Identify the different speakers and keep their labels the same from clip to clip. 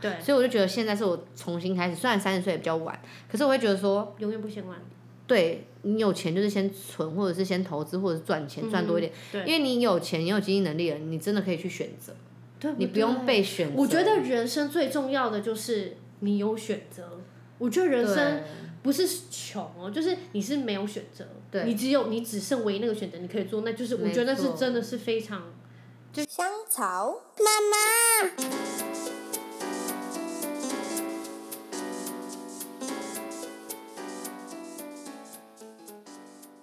Speaker 1: 对，
Speaker 2: 所以我就觉得现在是我重新开始，虽然三十岁也比较晚，可是我会觉得说，
Speaker 1: 永远不嫌晚。
Speaker 2: 对你有钱就是先存，或者是先投资，或者是赚钱赚多一点，
Speaker 1: 对，
Speaker 3: 嗯
Speaker 2: 因为你有钱，你有经济能力了，你真的可以去选择，
Speaker 1: 对
Speaker 2: 你不用
Speaker 1: 对
Speaker 2: 被选择。
Speaker 1: 我觉得人生最重要的就是你有选择。我觉得人生不是穷哦，就是你是没有选择，
Speaker 2: 对
Speaker 1: 你只有你只剩唯一那个选择你可以做，那就是我
Speaker 2: 没
Speaker 1: 觉得
Speaker 2: 错
Speaker 1: 是真的是非常
Speaker 4: 香草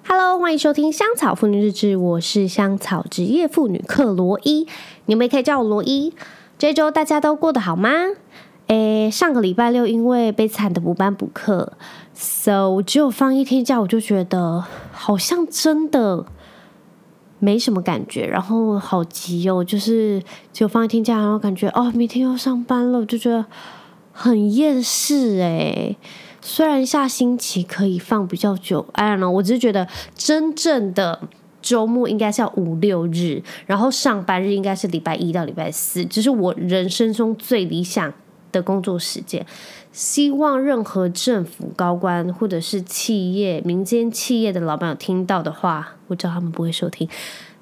Speaker 3: 哈喽，欢迎收听《香草妇女日志》，我是香草职业妇女克罗伊，你们也可以叫我罗伊。这周大家都过得好吗？诶，上个礼拜六因为悲惨的补班补课，so 我只有放一天假，我就觉得好像真的没什么感觉，然后好急哦，就是只有放一天假，然后感觉哦，明天要上班了，我就觉得很厌世诶。虽然下星期可以放比较久，I don't know，我只是觉得真正的周末应该是要五六日，然后上班日应该是礼拜一到礼拜四，这是我人生中最理想的工作时间。希望任何政府高官或者是企业、民间企业的老板有听到的话，我知道他们不会收听。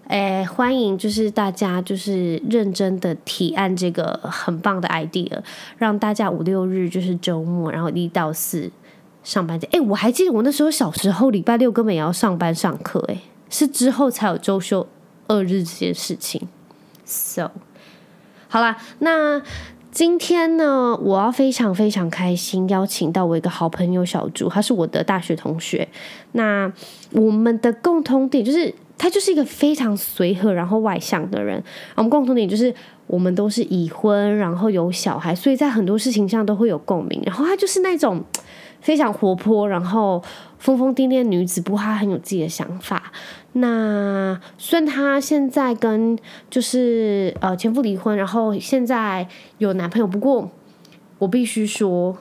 Speaker 3: 哎，欢迎就是大家就是认真的提案这个很棒的 idea，让大家五六日就是周末，然后一到四上班。哎，我还记得我那时候小时候礼拜六根本也要上班上课，哎，是之后才有周休二日这件事情。So，好啦，那今天呢，我要非常非常开心，邀请到我一个好朋友小朱，他是我的大学同学。那我们的共同点就是。他就是一个非常随和，然后外向的人。啊我们共同点就是我们都是已婚，然后有小孩，所以在很多事情上都会有共鸣。然后她就是那种嘖非常活泼，然后疯疯癫癫的女子，不过她很有自己的想法。那虽然她现在跟就是呃前夫离婚，然后现在有男朋友，不过我必须说，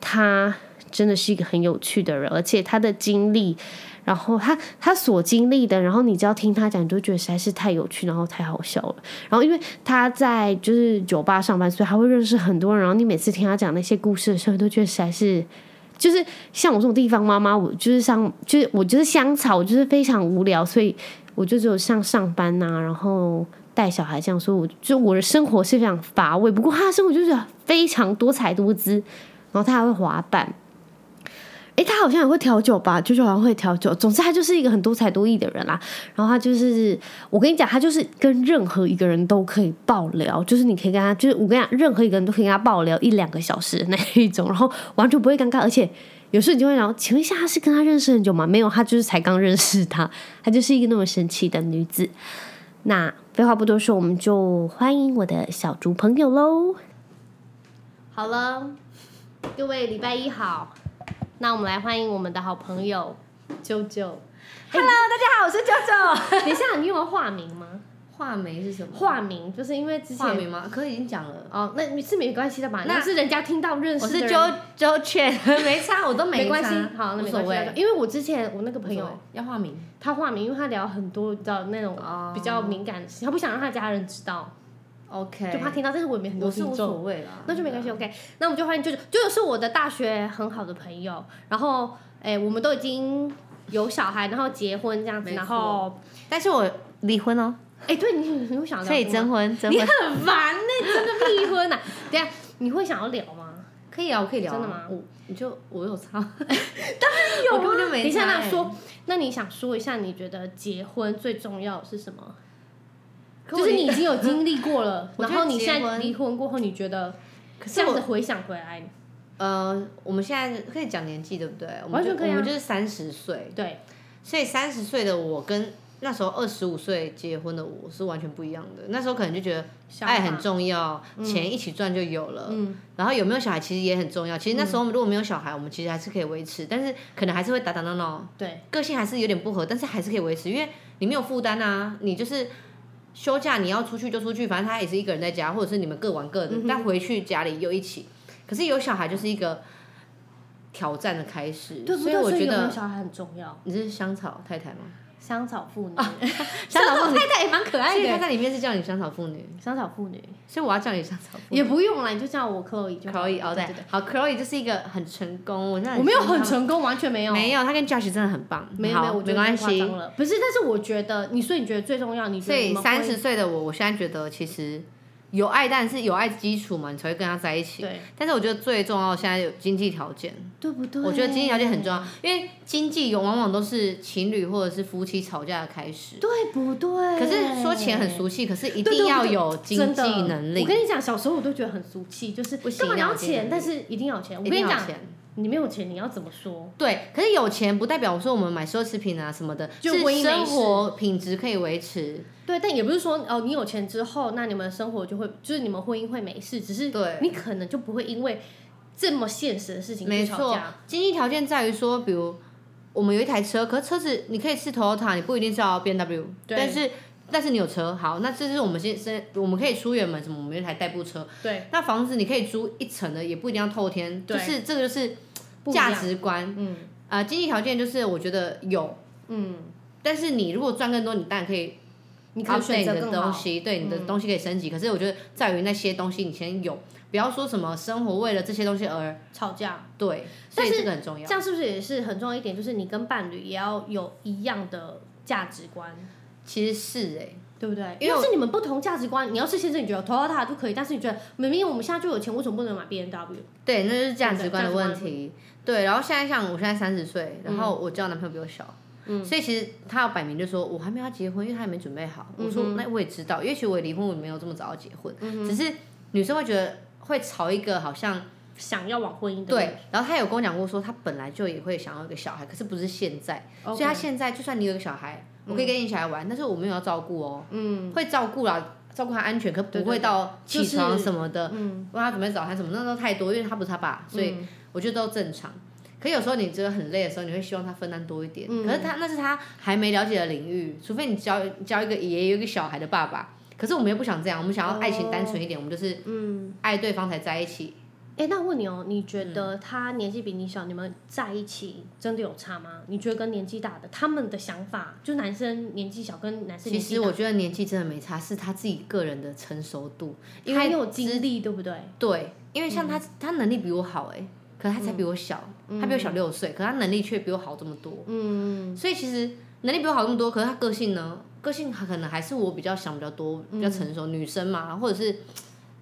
Speaker 3: 她真的是一个很有趣的人，而且她的经历。然后她她所经历的，然后你只要听她讲，你就觉得实在是太有趣，然后太好笑了。然后因为他在就是酒吧上班，所以他会认识很多人。然后你每次听他讲那些故事的时候，你都觉得实在是，就是像我这种地方妈妈，我就是像就是我就是香草，我就是非常无聊，所以我就只有像上班呐、然后带小孩这样，所以我就我的生活是非常乏味。不过他的生活就是非常多彩多姿，然后他还会滑板。诶，他好像也会调酒吧，九九好像会调酒。总之，他就是一个很多才多艺的人啦。然后他就是我跟你讲，他就是跟任何一个人都可以爆聊，就是你可以跟他，就是我跟你讲，任何一个人都可以跟他爆聊一两个小时的那一种，然后完全不会尴尬，而且有时候你就会想，请问一下，他是跟他认识很久吗？没有，他就是才刚认识他，她就是一个那么神奇的女子。那废话不多说，我们就欢迎我的小猪朋友喽。好了，各位礼拜一好，那我们来欢迎我们的好朋友啾啾。
Speaker 2: 大家好，我是 九九。
Speaker 3: 等一下，你有化名吗？
Speaker 2: 画眉是什么？
Speaker 3: 化名就是因为之
Speaker 2: 画眉
Speaker 3: 前
Speaker 2: 吗？可已经讲了。
Speaker 3: 哦，那你是没关系的吧？
Speaker 2: 那
Speaker 3: 那是人家听到认
Speaker 2: 我
Speaker 3: 识
Speaker 2: 是
Speaker 3: 的人，
Speaker 2: 九九犬， 没差，我都
Speaker 3: 没关系
Speaker 2: 差，
Speaker 3: 好，那
Speaker 2: 无
Speaker 3: 没
Speaker 2: 所
Speaker 3: 关系。
Speaker 2: 谓。
Speaker 3: 因为我之前我那个朋
Speaker 2: 无
Speaker 3: 友
Speaker 2: 所谓，要化名，
Speaker 3: 他化名，因为他聊很多的那种
Speaker 2: 哦
Speaker 3: 比较敏感的事情，他不想让他家人知道，
Speaker 2: OK，
Speaker 3: 就怕听到。但是我也没很多
Speaker 2: 我是
Speaker 3: 听
Speaker 2: 无所
Speaker 3: 众，
Speaker 2: 谓啦，啊
Speaker 3: 那就没关系。OK，那我们就欢迎舅舅，舅舅是我的大学很好的朋友，然后哎，我们都已经有小孩，然后结婚这样子，
Speaker 2: 没错
Speaker 3: 然后
Speaker 2: 但是我离婚哦，
Speaker 3: 哎，对你你有想聊
Speaker 2: 可以
Speaker 3: 吗
Speaker 2: 征婚，征
Speaker 3: 你
Speaker 2: 婚
Speaker 3: 很烦呢，真的逼婚呐？等一下你会想要聊吗？
Speaker 2: 可以啊，我可以聊啊。
Speaker 3: 真的吗
Speaker 2: 我你就我有 差，
Speaker 3: 有啊
Speaker 2: 我根本就
Speaker 3: 等
Speaker 2: 没
Speaker 3: 一
Speaker 2: 差
Speaker 3: 下，
Speaker 2: 欸。
Speaker 3: 那说，那你想说一下，你觉得结婚最重要的是什么？
Speaker 2: 可我
Speaker 3: 就是你已经有经历过了，
Speaker 2: 我觉
Speaker 3: 然
Speaker 2: 得
Speaker 3: 后你
Speaker 2: 结
Speaker 3: 现在
Speaker 2: 婚
Speaker 3: 离婚过后，你觉得
Speaker 2: 可
Speaker 3: 这
Speaker 2: 是
Speaker 3: 样子
Speaker 2: 我
Speaker 3: 回想回来，
Speaker 2: 呃，我们现在可以讲年纪对不对？我们
Speaker 3: 完
Speaker 2: 就
Speaker 3: 全可以啊
Speaker 2: 我们就是三十岁，
Speaker 3: 对，
Speaker 2: 所以三十岁的我跟那时候二十五岁结婚的我是完全不一样的。那时候可能就觉得
Speaker 3: 想
Speaker 2: 爱
Speaker 3: 法
Speaker 2: 很重要，钱一起赚就有了。
Speaker 3: 嗯
Speaker 2: 然后有没有小孩其实也很重要。其实那时候如果没有小孩，我们其实还是可以维持，但是可能还是会打打闹闹，
Speaker 3: 对，
Speaker 2: 个性还是有点不合，但是还是可以维持，因为你没有负担啊，你就是。休假你要出去就出去，反正他也是一个人在家，或者是你们各玩各的，
Speaker 3: 嗯
Speaker 2: 但回去家里又一起。可是有小孩就是一个挑战的开始，
Speaker 3: 对不
Speaker 2: 所以
Speaker 3: 对？
Speaker 2: 我
Speaker 3: 所以
Speaker 2: 觉
Speaker 3: 有没有
Speaker 2: 得
Speaker 3: 小孩很重要。
Speaker 2: 你是香草太太吗？
Speaker 3: 香草妇 女，
Speaker 2: 香草妇女
Speaker 3: 哦太太也蛮可爱
Speaker 2: 所以他
Speaker 3: 的。
Speaker 2: 在里面是叫你香草妇女，
Speaker 3: 香草妇女
Speaker 2: 所以我要叫你香草妇
Speaker 3: 也
Speaker 2: 女。
Speaker 3: 不用啦，你就叫我 Chloe 就好
Speaker 2: 可以哦，
Speaker 3: 对
Speaker 2: 对，好，Chloe 就是一个很成功，我现在
Speaker 3: 我没有
Speaker 2: 觉得
Speaker 3: 很
Speaker 2: 他
Speaker 3: 成功，完全没有，
Speaker 2: 没有，他跟 Josh 真的很棒，
Speaker 3: 没有
Speaker 2: 好
Speaker 3: 没有，我觉
Speaker 2: 没
Speaker 3: 得
Speaker 2: 关
Speaker 3: 太夸张
Speaker 2: 系。
Speaker 3: 了。不是，但是我觉得你，所以你觉得最重要，你觉
Speaker 2: 所
Speaker 3: 得你
Speaker 2: 以
Speaker 3: 们
Speaker 2: 三
Speaker 3: 婚
Speaker 2: 十
Speaker 3: 姻
Speaker 2: 岁的我，我现在觉得其实有爱，但是有爱基础嘛，你才会跟他在一起。
Speaker 3: 对
Speaker 2: 但是我觉得最重要的现在有经济条件，
Speaker 3: 对不对？
Speaker 2: 我觉得经济条件很重要，因为经济有往往都是情侣或者是夫妻吵架的开始。
Speaker 3: 对不对？
Speaker 2: 可是说钱很俗气，可是一
Speaker 3: 对
Speaker 2: 定
Speaker 3: 对
Speaker 2: 要
Speaker 3: 我就
Speaker 2: 有经
Speaker 3: 真的
Speaker 2: 济能力
Speaker 3: 我，跟你讲，小时候我都觉得很俗气，就是
Speaker 2: 不行
Speaker 3: 干嘛你
Speaker 2: 要
Speaker 3: 要
Speaker 2: 经济能
Speaker 3: 钱
Speaker 2: 力，
Speaker 3: 但是一定要有钱。我
Speaker 2: 一
Speaker 3: 跟
Speaker 2: 定
Speaker 3: 你
Speaker 2: 要
Speaker 3: 讲，
Speaker 2: 钱。
Speaker 3: 你没有钱，你要怎么说？
Speaker 2: 对，可是有钱不代表我说我们买奢侈品啊什么的，
Speaker 3: 就是婚姻没
Speaker 2: 生
Speaker 3: 事
Speaker 2: 活品质可以维持。
Speaker 3: 对，但也不是说哦，你有钱之后，那你们生活就会，就是你们婚姻会没事，只是
Speaker 2: 对
Speaker 3: 你可能就不会因为这么现实的事情
Speaker 2: 没
Speaker 3: 去
Speaker 2: 错
Speaker 3: 吵架。，
Speaker 2: 经济条件在于说，比如我们有一台车，可是车子你可以是 Toyota，你不一定是要 B N W，
Speaker 3: 对
Speaker 2: 但是但是你有车，好，那这是我们先先我们可以出远门，什么我们有一台代步车，
Speaker 3: 对，
Speaker 2: 那房子你可以租一层的，也不一定要透天，就
Speaker 3: 对
Speaker 2: 是这个就是
Speaker 3: 不一
Speaker 2: 价
Speaker 3: 样
Speaker 2: 值观，
Speaker 3: 嗯
Speaker 2: 呃，经济条件就是我觉得有，
Speaker 3: 嗯，
Speaker 2: 但是你如果赚更多，你当然可以
Speaker 3: 你可以
Speaker 2: update
Speaker 3: 选择
Speaker 2: 你的
Speaker 3: 更
Speaker 2: 东
Speaker 3: 好。嗯
Speaker 2: 西，对你的东西可以升级。可是我觉得在于那些东西你先有，不要说什么生活为了这些东西而
Speaker 3: 吵架，
Speaker 2: 对，所
Speaker 3: 但
Speaker 2: 以
Speaker 3: 是
Speaker 2: 这个很重要
Speaker 3: 这。样是不是也是很重要一点？就是你跟伴侣也要有一样的价值观。
Speaker 2: 其实是哎、
Speaker 3: 对不对？
Speaker 2: 因为
Speaker 3: 因为
Speaker 2: 我
Speaker 3: 是你们不同价值观，你要是先生你觉得 Toyota 就可以，但是你觉得明明我们现在就有钱，为什么不能买 B N W？
Speaker 2: 对，那就是价值观的嗯
Speaker 3: 对价值观
Speaker 2: 问题。对，然后现在像我现在三十岁，然后我交的男朋友比我小，所以其实他要摆明就说我还没有要结婚，因为他还没准备好。我说、那我也知道，也许我也离婚，我没有这么早要结婚，只是女生会觉得会朝一个好像
Speaker 3: 想要往婚姻的路
Speaker 2: 嗯对，然后他有跟我讲过说他本来就也会想要一个小孩，可是不是现在，所
Speaker 3: OK 嗯
Speaker 2: 以他现在就算你有一个小孩，我可以跟你一起来玩，但是我没有要照顾哦，嗯，会照顾啦。照顾他安全，可不
Speaker 3: 对对
Speaker 2: 会到
Speaker 3: 就
Speaker 2: 起
Speaker 3: 是
Speaker 2: 床什么的，嗯，帮他准备早餐什么，那都太多，因为他不是他爸，所
Speaker 3: 嗯
Speaker 2: 以我觉得都正常。可有时候你觉得很累的时候，你会希望他分担多一点。
Speaker 3: 嗯
Speaker 2: 可是他那是他还没了解的领域，除非你教教一个也有一个小孩的爸爸。可是我们又不想这样，我们想要爱情单纯一点，我们
Speaker 3: 哦
Speaker 2: 就是嗯爱对方才在一起。
Speaker 3: 哎，那我问你哦，你觉得
Speaker 2: 嗯
Speaker 3: 他年纪比你小，你们在一起真的有差吗？你觉得跟年纪大的他们的想法，就男生年纪小跟男生
Speaker 2: 其
Speaker 3: 年纪
Speaker 2: 实
Speaker 3: 大，
Speaker 2: 我觉得年纪真的没差，是他自己个人的成熟度，因
Speaker 3: 还
Speaker 2: 为
Speaker 3: 有经历，对不对？
Speaker 2: 对，因为像他，他能力比我好哎、可是他才比我小，他比我小六岁，可他能力却比我好这么多，嗯，所以其实能力比我好这么多，可是他个性呢，个性可能还是我比较想比较多，比较成熟，女生嘛，或者是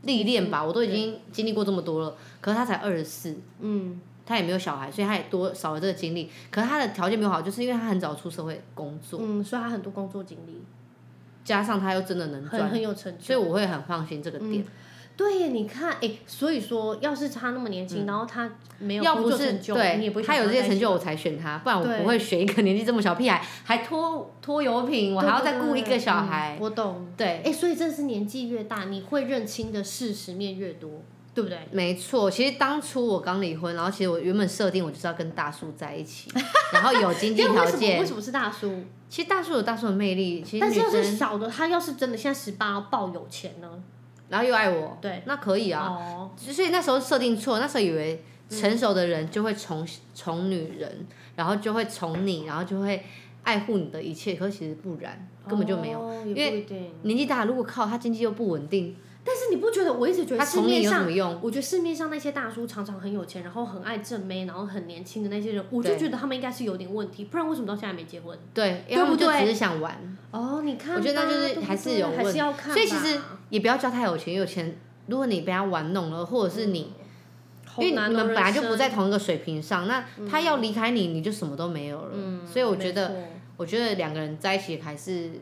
Speaker 2: 历练吧，我都已经经历过这么多了，可是他才二十四，嗯。他也没有小孩，所以他也多少了这个经历。可是他的条件没有好，就是因为他很早出社会工作，
Speaker 3: 嗯，所以他很多工作经历，
Speaker 2: 加上他又真的能
Speaker 3: 很
Speaker 2: 赚
Speaker 3: 很有成就。
Speaker 2: 所以我会很放心这个点。
Speaker 3: 对耶，你看，哎，所以说，要是他那么年轻，然后他没有
Speaker 2: 嗯要
Speaker 3: 工
Speaker 2: 不
Speaker 3: 作
Speaker 2: 是
Speaker 3: 成就，你也不
Speaker 2: 对
Speaker 3: 会
Speaker 2: 他
Speaker 3: 想
Speaker 2: 有这些
Speaker 3: 跟在
Speaker 2: 成
Speaker 3: 一起
Speaker 2: 就，我才选他，不然我
Speaker 3: 对
Speaker 2: 不会选一个年纪这么小屁孩，还拖拖油瓶，我还要再雇一个小孩
Speaker 3: 嗯。我懂。哎、
Speaker 2: 对，
Speaker 3: 所以真的是年纪越大，你会认清的事实面越多，对不对？
Speaker 2: 没错。其实当初我刚离婚，然后其实我原本设定我就是要跟大叔在一起，然后有经济
Speaker 3: 因为
Speaker 2: 条
Speaker 3: 为什么
Speaker 2: 件
Speaker 3: 为。什么是大叔？
Speaker 2: 其实大叔有大叔的魅力，其实
Speaker 3: 但是要
Speaker 2: 女
Speaker 3: 是
Speaker 2: 生
Speaker 3: 小的，他要是真的现在十八爆有钱呢？
Speaker 2: 然后又爱我，
Speaker 3: 对，
Speaker 2: 那可以哦啊。
Speaker 3: 哦，
Speaker 2: 所以那时候设定错，那时候以为
Speaker 3: 嗯
Speaker 2: 成熟的人就会宠宠女人，然后就会宠你，然后就会爱护你的一切，可是其实不然，根本就没有。
Speaker 3: 哦、
Speaker 2: 因
Speaker 3: 也
Speaker 2: 为
Speaker 3: 不一定。
Speaker 2: 年纪大，如果靠他经济又不稳定，
Speaker 3: 但是你不觉得？我一直觉
Speaker 2: 他
Speaker 3: 得市
Speaker 2: 宠你
Speaker 3: 面
Speaker 2: 有什
Speaker 3: 上
Speaker 2: 么用？
Speaker 3: 我觉得市面上那些大叔常常很有钱，然后很爱正妹，然后很年轻的那些人，我就
Speaker 2: 对
Speaker 3: 觉得他们应该是有点问题，不然为什么到现在还没结婚？
Speaker 2: 对，
Speaker 3: 对
Speaker 2: 要
Speaker 3: 不
Speaker 2: 么就
Speaker 3: 对
Speaker 2: 只是想玩，
Speaker 3: 哦，你看吧，
Speaker 2: 我觉得那就是
Speaker 3: 对不
Speaker 2: 还是
Speaker 3: 对
Speaker 2: 有
Speaker 3: 还
Speaker 2: 问
Speaker 3: 是要看吧。
Speaker 2: 所以其实也不要叫他有钱，有钱。如果你被他玩弄了，或者是你，
Speaker 3: 好
Speaker 2: 因为
Speaker 3: 难
Speaker 2: 你
Speaker 3: 哦
Speaker 2: 们本来就不
Speaker 3: 人生
Speaker 2: 在同一个水平上，那他要离开你，你就什么都没有了。所以我觉得，
Speaker 3: 嗯没错
Speaker 2: 我觉得两个人在一起还是，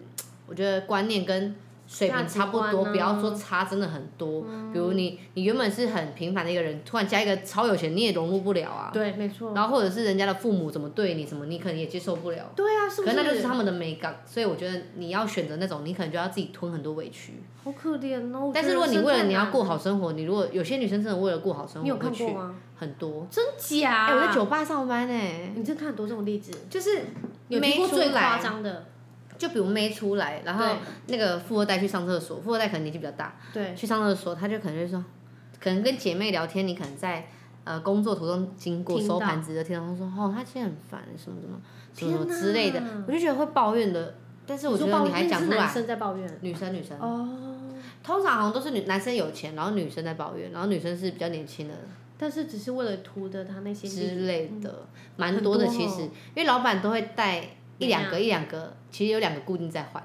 Speaker 2: 我觉得观念跟水
Speaker 3: 价
Speaker 2: 平
Speaker 3: 值
Speaker 2: 差不多，
Speaker 3: 观啊嗯
Speaker 2: 不要说差真的很多。比如你，你原本是很平凡的一个人，突然加一个超有钱，你也融入不了啊。
Speaker 3: 对，没错。
Speaker 2: 然后或者是人家的父母怎么对你，什么你可能也接受不了。
Speaker 3: 对啊，是不
Speaker 2: 可
Speaker 3: 是？
Speaker 2: 能那就是他们的美感，所以我觉得你要选择那种，你可能就要自己吞很多委屈。
Speaker 3: 好可怜哦。我
Speaker 2: 但
Speaker 3: 觉
Speaker 2: 是
Speaker 3: 得
Speaker 2: 如果你
Speaker 3: 人生
Speaker 2: 为了
Speaker 3: 太
Speaker 2: 你要
Speaker 3: 难
Speaker 2: 过
Speaker 3: 了，
Speaker 2: 好生活，你如果有些女生真的为了过好生
Speaker 3: 你有
Speaker 2: 活会
Speaker 3: 看过
Speaker 2: 去
Speaker 3: 吗？
Speaker 2: 很多。
Speaker 3: 真假？
Speaker 2: 哎，我在酒，吧上班哎，
Speaker 3: 你真看很多这种例子，
Speaker 2: 就是
Speaker 3: 欸有
Speaker 2: 没
Speaker 3: 听过
Speaker 2: 出
Speaker 3: 最夸
Speaker 2: 来
Speaker 3: 张的？
Speaker 2: 就比如妹出来，然后那个富二代去上厕所，富二代可能年纪比较大，
Speaker 3: 对，
Speaker 2: 去上厕所，他就可能就说，可能跟姐妹聊天，你可能在呃工作途中经过
Speaker 3: 听
Speaker 2: 收
Speaker 3: 到
Speaker 2: 盘子的听众说，哦，他今天很烦，什么什么什么什
Speaker 3: 天
Speaker 2: 么
Speaker 3: 哪
Speaker 2: 之类的，我就觉得会抱怨的。但是我觉
Speaker 3: 说
Speaker 2: 得
Speaker 3: 抱
Speaker 2: 你
Speaker 3: 怨
Speaker 2: 还
Speaker 3: 是
Speaker 2: 讲出
Speaker 3: 男
Speaker 2: 来，
Speaker 3: 生在抱怨
Speaker 2: 女生女生，
Speaker 3: 哦，
Speaker 2: 通常好像都是女男生有钱，然后女生在抱怨，然后女生是比较年轻的
Speaker 3: 但是只是为了图的他那些利益
Speaker 2: 之类的，蛮
Speaker 3: 很
Speaker 2: 多的
Speaker 3: 多
Speaker 2: 其
Speaker 3: 哦
Speaker 2: 实，因为老板都会带一
Speaker 3: 怎
Speaker 2: 两个
Speaker 3: 样
Speaker 2: 一两个，其实有两个固定在换。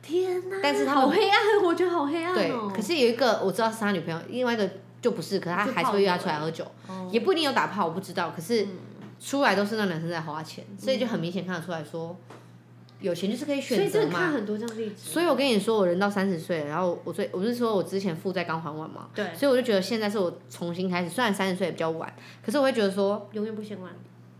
Speaker 3: 天哪！
Speaker 2: 但是他们
Speaker 3: 好黑暗，我觉得好黑暗
Speaker 2: 对
Speaker 3: 哦。，
Speaker 2: 可是有一个我知道是他女朋友，另外一个就不是，可是他
Speaker 3: 就嗯
Speaker 2: 还是
Speaker 3: 泡
Speaker 2: 会约他
Speaker 3: 妞
Speaker 2: 出来
Speaker 3: 而已
Speaker 2: 喝酒，
Speaker 3: 哦
Speaker 2: 也不一定有打炮，我不知道。可是出来都是那男生在花钱，所以就很明显看得出来说，有钱就是可以
Speaker 3: 所以
Speaker 2: 选
Speaker 3: 真
Speaker 2: 择
Speaker 3: 的看
Speaker 2: 嘛。
Speaker 3: 很多这样例子。
Speaker 2: 所以我跟你说，我人到三十岁了，然后我最我不是说我之前负债刚还完嘛，
Speaker 3: 对，
Speaker 2: 所以我就觉得现在是我重新开始，虽然三十岁也比较晚，可是我会觉得说，
Speaker 3: 永远不嫌晚。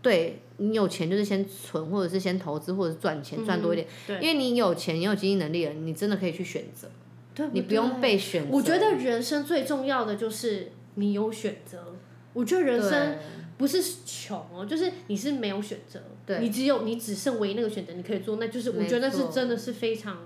Speaker 2: 对你有钱就是先存，或者是先投资，或者是赚钱赚多一点，
Speaker 3: 嗯对，
Speaker 2: 因为你有钱，你有经济能力了，你真的可以去选择，
Speaker 3: 对
Speaker 2: 你不用
Speaker 3: 对
Speaker 2: 被选择。
Speaker 3: 我觉得人生最重要的就是你有选择。我觉得人生
Speaker 2: 对
Speaker 3: 不是穷哦，就是你是没有选择，
Speaker 2: 对
Speaker 3: 你只有你只剩唯一那个选择你可以做，那就是我觉得
Speaker 2: 没错
Speaker 3: 是真的是非常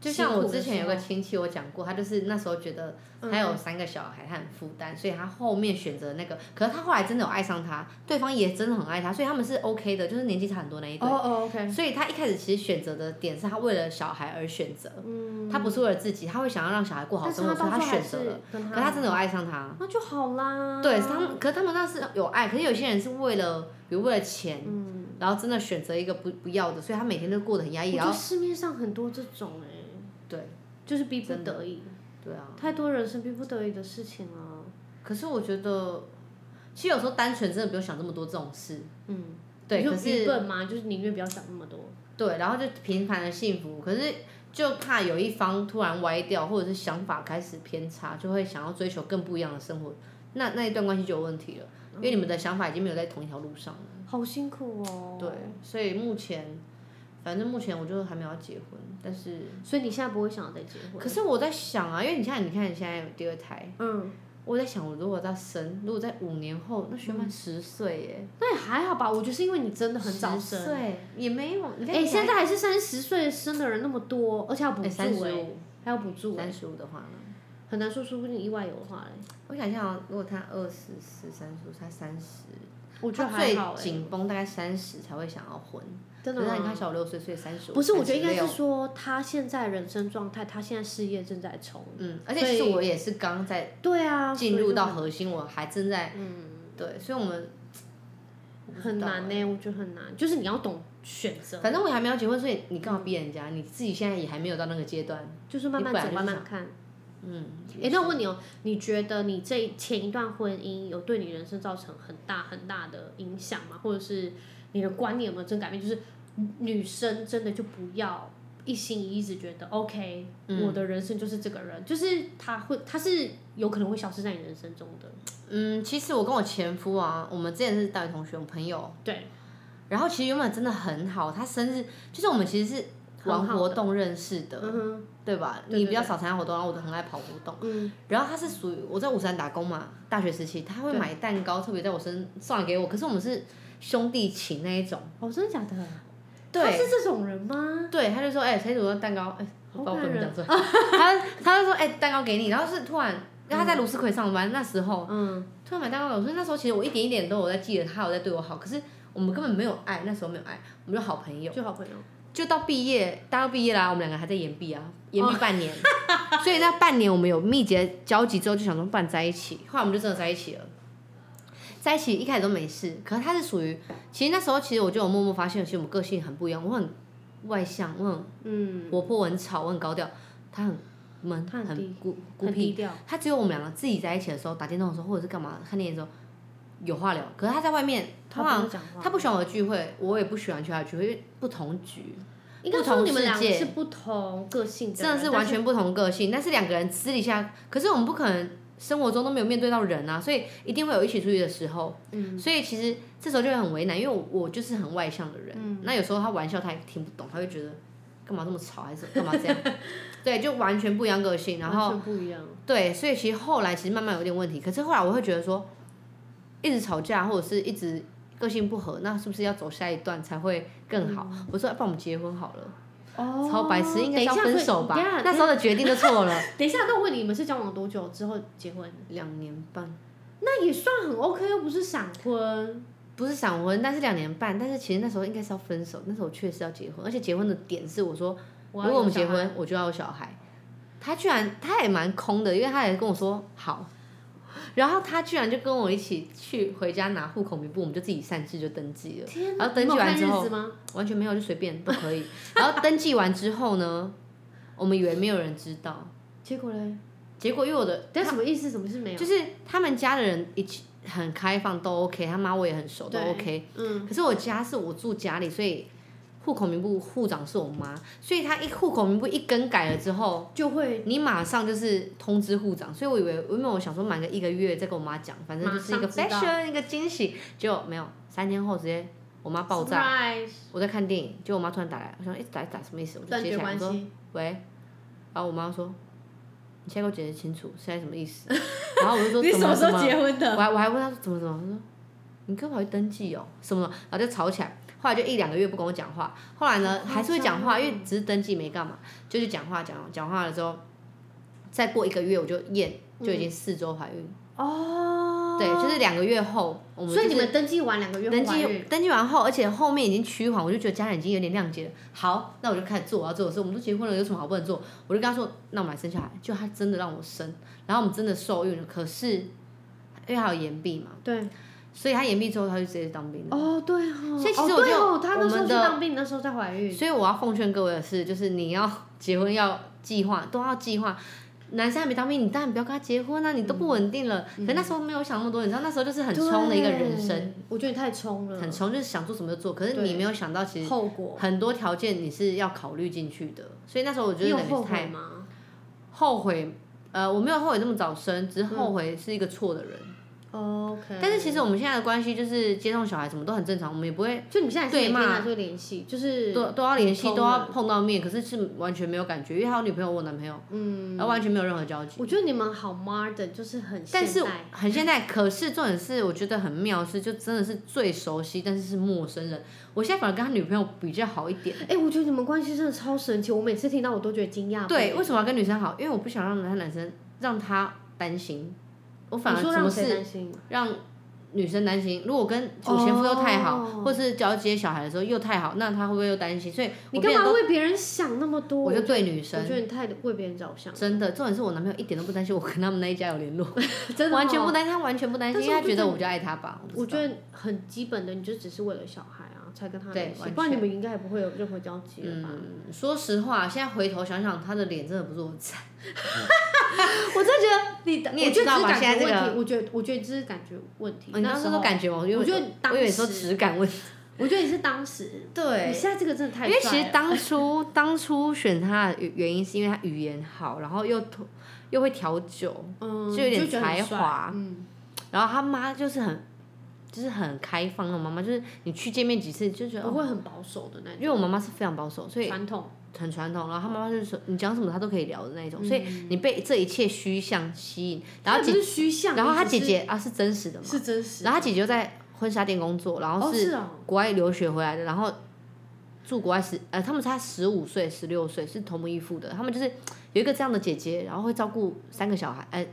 Speaker 2: 就像
Speaker 3: 辛
Speaker 2: 我
Speaker 3: 苦的
Speaker 2: 之前有
Speaker 3: 时
Speaker 2: 个
Speaker 3: 候嗯
Speaker 2: 亲戚，我讲过，他就是那时候觉得他有三个小孩，他很负担，所以他后面选择那个。可是他后来真的有爱上他，对方也真的很爱他，所以他们是 OK 的，就是年纪差很多那一对。
Speaker 3: 哦，OK，
Speaker 2: 所以他一开始其实选择的点是他为了小孩而选择，
Speaker 3: 嗯，
Speaker 2: 他不是为了自己，他会想要让小孩过好
Speaker 3: 但是
Speaker 2: 生活，
Speaker 3: 他
Speaker 2: 所以他
Speaker 3: 到最后还
Speaker 2: 选择
Speaker 3: 是
Speaker 2: 了。
Speaker 3: 跟
Speaker 2: 可
Speaker 3: 他，啊
Speaker 2: 他真的有爱上他，
Speaker 3: 那就好啦。
Speaker 2: 对，是他们，可是他们那是有爱，可是有些人是为了，比如为了钱，然后真的选择一个不不要的，所以他每天都过得很压
Speaker 3: 嗯我
Speaker 2: 抑，
Speaker 3: 觉
Speaker 2: 然
Speaker 3: 得
Speaker 2: 后
Speaker 3: 市面上很多这种哎、
Speaker 2: 对
Speaker 3: 就是逼不
Speaker 2: 真
Speaker 3: 得已，
Speaker 2: 对啊。
Speaker 3: 太多人生逼不得已的事情啊了。
Speaker 2: 可是我觉得，其实有时候单纯真的不用想这么多这种事，
Speaker 3: 嗯，
Speaker 2: 对，
Speaker 3: 你就
Speaker 2: 可
Speaker 3: 愚
Speaker 2: 是
Speaker 3: 笨嘛，就是宁愿不要想那么多。
Speaker 2: 对，然后就平凡的幸福，可是就怕有一方突然歪掉，或者是想法开始偏差，就会想要追求更不一样的生活，那那一段关系就有问题了，因为你们的想法已经没有在同一条路上了，
Speaker 3: 好辛苦哦。
Speaker 2: 嗯对，所以目前，反正目前我就还没有要结婚，但是。
Speaker 3: 所以你现在不会想要再结婚？
Speaker 2: 可是我在想啊，因为你看，你看你现在有第二胎，
Speaker 3: 嗯，
Speaker 2: 我在想，我如果到生，如果在五年后，那学满十岁耶，
Speaker 3: 那也还好吧。我觉得是因为你嗯真的很早
Speaker 2: 十
Speaker 3: 生。欸
Speaker 2: 岁也没有。你看
Speaker 3: 哎、
Speaker 2: 你才
Speaker 3: 现在还是三十岁生的人那么多，而且还要补
Speaker 2: 哎
Speaker 3: 助哎、
Speaker 2: 三十五，
Speaker 3: 还要补助哎、
Speaker 2: 三十五的话呢？
Speaker 3: 很难说，说不定意外有的话嘞。欸
Speaker 2: 我想象，如果他二十、十三十五，他三十，
Speaker 3: 我觉得
Speaker 2: 他
Speaker 3: 还
Speaker 2: 最
Speaker 3: 好哎、
Speaker 2: 紧绷大概三十才会想要婚。
Speaker 3: 真的
Speaker 2: 可是
Speaker 3: 吗
Speaker 2: 你看小我六岁，所以三十五。
Speaker 3: 不是，我觉得应该是
Speaker 2: 36
Speaker 3: 说他现在人生状态，他现在事业正在冲。
Speaker 2: 嗯，而且其实
Speaker 3: 所以
Speaker 2: 我也是刚在
Speaker 3: 对啊，
Speaker 2: 进入到
Speaker 3: 所
Speaker 2: 核心，我还正在
Speaker 3: 嗯
Speaker 2: 对，所以我们
Speaker 3: 以就很很难呢、我觉得很难，就是你要懂选择，
Speaker 2: 欸反正我还没有结婚，所以你干嘛逼人家？你自己现在也还没有到那个阶段。
Speaker 3: 就是慢慢
Speaker 2: 你本来
Speaker 3: 走，
Speaker 2: 就是
Speaker 3: 慢慢看。
Speaker 2: 嗯，
Speaker 3: 哎、那我问你哦，你觉得你这前一段婚姻有对你人生造成很大很大的影响吗？或者是你的观念有没有真改变？就是女生真的就不要一心一意只觉得 OK，、我
Speaker 2: 嗯
Speaker 3: 的人生就是这个人，就是他会，他是有可能会消失在你人生中的。
Speaker 2: 嗯，其实我跟我前夫啊，我们之前是大学同学，我们朋友，
Speaker 3: 对，
Speaker 2: 然后其实原本真的很好，他生日就是我们其实是玩
Speaker 3: 很好的
Speaker 2: 活动认识的，
Speaker 3: 嗯哼，
Speaker 2: 对吧？
Speaker 3: 对对
Speaker 2: 你比较少参加活动，然后我就很爱跑活动。
Speaker 3: 嗯，
Speaker 2: 然后他是属于我在五山打工嘛，大学时期他会买蛋糕，特别在我身上给我。可是我们是兄弟情那一种，
Speaker 3: 哦，真的假的？他
Speaker 2: 对
Speaker 3: 是这种人吗？
Speaker 2: 对，他就说哎，谁煮的蛋糕？哎，我
Speaker 3: 好
Speaker 2: 把我
Speaker 3: 感
Speaker 2: 本名
Speaker 3: 人
Speaker 2: 讲出来。 他他就说哎，蛋糕给你。然后是突然，因为他在卢斯奎上班那时候，
Speaker 3: 嗯，
Speaker 2: 突然买蛋糕给我，所以那时候其实我一点一点都有在记得他有在对我好，可是我们根本没有爱，那时候没有爱，我们就好朋友。
Speaker 3: 就好朋友。
Speaker 2: 就到毕业，大家都毕业啦，我们两个还在延毕啊，
Speaker 3: 哦
Speaker 2: 延毕 半年，所以那半年我们有密切交集之后，就想说不然在一 起，后来我们就真的在一起了。在一起一开始都没事，可是他是属于，其实那时候其实我就有默默发现，其实我们个性很不一样，我很外向，我很
Speaker 3: 嗯，
Speaker 2: 活泼，我很吵，我很高调，他很闷，
Speaker 3: 他很低
Speaker 2: 孤孤
Speaker 3: 很
Speaker 2: 僻
Speaker 3: 低，调。
Speaker 2: 他只有我们两个自己在一起的时候，打电动的时候，或者是干嘛看电影的时候有话聊。可是他在外面，
Speaker 3: 他
Speaker 2: 通
Speaker 3: 不
Speaker 2: 常
Speaker 3: 会讲话，
Speaker 2: 他不喜欢我的聚会，我也不喜欢去他的聚会，因为不同局，
Speaker 3: 应该
Speaker 2: 不同
Speaker 3: 说你们
Speaker 2: 世
Speaker 3: 两个
Speaker 2: 界
Speaker 3: 是不同个性的人，
Speaker 2: 真的是
Speaker 3: 但
Speaker 2: 完全不同个性。但是两个人私底下，可是我们不可能生活中都没有面对到人啊，所以一定会有一起出去的时候。嗯，所以其实这时候就会很为难，因为我我就是很外向的人，那有时候他玩笑他也听不懂，他会觉得干嘛这么吵，还是干嘛这样？对，就完全不一样个性，然后
Speaker 3: 完全不一样。
Speaker 2: 对，所以其实后来其实慢慢有点问题，可是后来我会觉得说，一直吵架或者是一直个性不合，那是不是要走下一段才会更好？我说，要不然我们结婚好了，
Speaker 3: 嗯哦
Speaker 2: 超白痴，应该是要
Speaker 3: 等一下
Speaker 2: 分手吧
Speaker 3: 所以等一？下
Speaker 2: 那时候的决定就错了，
Speaker 3: 等一下，那我问你，你们是交往多久之后结婚？
Speaker 2: 两年半，
Speaker 3: 那也算很 OK，又不是闪婚。
Speaker 2: 不是闪婚，但是两年半，但是其实那时候应该是要分手，那时候我确实要结婚，而且结婚的点是我说，如
Speaker 3: 要
Speaker 2: 果我们
Speaker 3: 有
Speaker 2: 结
Speaker 3: 小孩
Speaker 2: 婚，，我就要有小孩。他居然他也蛮空的，因为他也跟我说好，然后他居然就跟我一起去回家拿户口名簿，我们就自己擅自就登记了，
Speaker 3: 天
Speaker 2: 然
Speaker 3: 哪，
Speaker 2: 后登
Speaker 3: 你
Speaker 2: 记
Speaker 3: 们有
Speaker 2: 完
Speaker 3: 看
Speaker 2: 之
Speaker 3: 日
Speaker 2: 后
Speaker 3: 子吗？
Speaker 2: 完全没有就随便都可以。然后登记完之后呢，我们以为没有人知道，
Speaker 3: 结果嘞，
Speaker 2: 结果因为我的
Speaker 3: 但什么意思？什么是没有？
Speaker 2: 就是他们家的人一起很开放，都 OK，他妈我也很熟，都
Speaker 3: 对
Speaker 2: OK。
Speaker 3: 嗯，
Speaker 2: 可是我家是我住家里，所以户口名簿户长是我妈，所以她一户口名簿一更改了之后，
Speaker 3: 就会
Speaker 2: 你马上就是通知户长。所以我以为，因为我想说满个一个月再跟我妈讲，反正就是一个
Speaker 3: 马上知道
Speaker 2: fashion 一个惊喜，结果没有，三天后直接我妈爆炸。
Speaker 3: surprise，
Speaker 2: 我在看电影，结果我妈突然打来，我想哎、打打什么意思？我就
Speaker 3: 断
Speaker 2: 接
Speaker 3: 绝
Speaker 2: 起来，我
Speaker 3: 关
Speaker 2: 说
Speaker 3: 系。
Speaker 2: 喂，然后我妈说你先给我解释清楚，现在什么意思？ 然后我就 说
Speaker 3: 你
Speaker 2: 怎
Speaker 3: 什么时
Speaker 2: 怎
Speaker 3: 候结婚
Speaker 2: 我
Speaker 3: 的？
Speaker 2: 还我还问他说怎么怎么，他说你跟我去登记哦，什么什么，然后就吵起来。后来就一两个月不跟我讲话，后来呢
Speaker 3: 好夸张
Speaker 2: 还是会讲话，
Speaker 3: 哦
Speaker 2: 因为只是登记没干嘛，就是讲话讲讲话了之后，再过一个月我就验，就已经四周怀孕。
Speaker 3: 嗯哦，
Speaker 2: 对，就是两个月后我们、就
Speaker 3: 所以你
Speaker 2: 是
Speaker 3: 们登记完两个月
Speaker 2: 登
Speaker 3: 后怀
Speaker 2: 记
Speaker 3: 孕
Speaker 2: 登记完后，而且后面已经趋缓，我就觉得家人已经有点谅解了。好，那我就开始做我要做的事。我们都结婚了，有什么好不能做？我就跟他说，那我们来生小孩。就他真的让我生，然后我们真的受孕了。可是因为还有延毕嘛，
Speaker 3: 对，
Speaker 2: 所以他延毕之后他就直接当兵了。
Speaker 3: 哦对哦，
Speaker 2: 所以其实
Speaker 3: 哦
Speaker 2: 我
Speaker 3: 对
Speaker 2: 就
Speaker 3: 哦，他那时
Speaker 2: 我
Speaker 3: 候
Speaker 2: 们
Speaker 3: 去
Speaker 2: 的
Speaker 3: 当兵，你那时候在怀孕，
Speaker 2: 所以我要奉劝各位的是，就是你要结婚要计划，都要计划。男生还没当兵，你当然不要跟他结婚啊，你都不稳定了。
Speaker 3: 嗯
Speaker 2: 可那时候没有想那么多，你知道那时候就是很冲的一个人生，
Speaker 3: 对，我觉得你太冲了，
Speaker 2: 很冲，就是想做什么就做。可是
Speaker 3: 嗯对
Speaker 2: 你没有想到，其实
Speaker 3: 后果，
Speaker 2: 很多条件你是要考虑进去的，所以那时候我觉得
Speaker 3: 你有
Speaker 2: 等于
Speaker 3: 后
Speaker 2: 是
Speaker 3: 悔
Speaker 2: 太
Speaker 3: 吗？
Speaker 2: 后悔，呃，我没有后悔这么早生，只
Speaker 3: 嗯
Speaker 2: 是后悔是一个错的人。
Speaker 3: OK，
Speaker 2: 但是其实我们现在的关系就是接送小孩什么都很正常，我们也不会
Speaker 3: 就你们现在还是
Speaker 2: 对
Speaker 3: 每天
Speaker 2: 嘛
Speaker 3: 还是会联系，就是
Speaker 2: 都都要联系，
Speaker 3: 通
Speaker 2: 都要
Speaker 3: 了
Speaker 2: 碰到面，可是是完全没有感觉，因为他有女朋友，我有男朋友，嗯，然后完全没有任何交集。
Speaker 3: 我觉得你们好 modern，就是很
Speaker 2: 但
Speaker 3: 现
Speaker 2: 是
Speaker 3: 代。
Speaker 2: 很现代，可是重点是，我觉得很妙是，就真的是最熟悉，但是是陌生人。我现在反而跟他女朋友比较好一点。
Speaker 3: 哎、我觉得你们关系真的超神奇，我每次听到我都觉得惊讶。
Speaker 2: 对，为什么要跟女生好？因为我不想让他男生让他担心，我反而
Speaker 3: 你说
Speaker 2: 什么
Speaker 3: 让谁
Speaker 2: 事
Speaker 3: 担心？
Speaker 2: 让女生担心。如果跟我前夫又太好，或
Speaker 3: 哦
Speaker 2: 是交接小孩的时候又太好，那他会不会又担心？所以
Speaker 3: 你
Speaker 2: 我
Speaker 3: 干
Speaker 2: 变得
Speaker 3: 嘛
Speaker 2: 都？
Speaker 3: 为别人想那么多？
Speaker 2: 我就对女
Speaker 3: 我觉
Speaker 2: 生
Speaker 3: 得你太为别人着想，
Speaker 2: 真的，重点是我男朋友一点都不担心我跟他们那一家有联络，
Speaker 3: 真的、哦
Speaker 2: 完全不。担心，他完全不担心，
Speaker 3: 但是
Speaker 2: 因为
Speaker 3: 我
Speaker 2: 他
Speaker 3: 就
Speaker 2: 觉得
Speaker 3: 觉
Speaker 2: 我比较爱他吧。
Speaker 3: 我
Speaker 2: 我
Speaker 3: 觉得很基本的，你就只是为了小孩啊，才跟他
Speaker 2: 对
Speaker 3: 联系，
Speaker 2: 完
Speaker 3: 不然你
Speaker 2: 全嗯
Speaker 3: 们应该也不会有任何交集了吧？
Speaker 2: 得说实话，现在回头想想，他的脸真的不是我在。我真的觉得你你也
Speaker 3: 我觉
Speaker 2: 知
Speaker 3: 得
Speaker 2: 道
Speaker 3: 只是
Speaker 2: 吧？
Speaker 3: 感
Speaker 2: 现在
Speaker 3: 觉
Speaker 2: 这
Speaker 3: 问
Speaker 2: 个哦
Speaker 3: 题，，我觉得我觉得只是感觉问题。
Speaker 2: 你
Speaker 3: 哦那
Speaker 2: 当
Speaker 3: 时
Speaker 2: 时说
Speaker 3: 候，
Speaker 2: 感觉吗？我以为
Speaker 3: 我觉得当
Speaker 2: 我以为说
Speaker 3: 时
Speaker 2: 质感问题。
Speaker 3: 我觉得你是当时，
Speaker 2: 对
Speaker 3: 你现在这个真的太
Speaker 2: 因为
Speaker 3: 帅
Speaker 2: 其实
Speaker 3: 了
Speaker 2: 当初当初选他的原因是因为他语言好，然后又吐又会调酒，
Speaker 3: 嗯
Speaker 2: 就有点
Speaker 3: 觉得很
Speaker 2: 才
Speaker 3: 帅
Speaker 2: 华
Speaker 3: 嗯，
Speaker 2: 然后他妈就是很就是很开放的妈妈，就是你去见面几次就觉得，
Speaker 3: 不
Speaker 2: 哦
Speaker 3: 会很保守的那种，
Speaker 2: 因为我妈妈是非常保守，所以
Speaker 3: 传统。
Speaker 2: 很传统。然后他妈妈就是说你讲什么她都可以聊的那一种，所以你被这一切虚像吸引。然后
Speaker 3: 他也
Speaker 2: 姐
Speaker 3: 不是虚像，
Speaker 2: 然后她
Speaker 3: 只
Speaker 2: 姐
Speaker 3: 是
Speaker 2: 姐啊是真实的嘛，
Speaker 3: 是真实的，
Speaker 2: 然后她姐姐就在婚纱店工作，然后
Speaker 3: 哦
Speaker 2: 是
Speaker 3: 是哦，
Speaker 2: 国外留学回来的，然后住国外十呃，他们差十五岁、十六岁是同母异父的，他们就是有一个这样的姐姐，然后会照顾三个小孩，呃，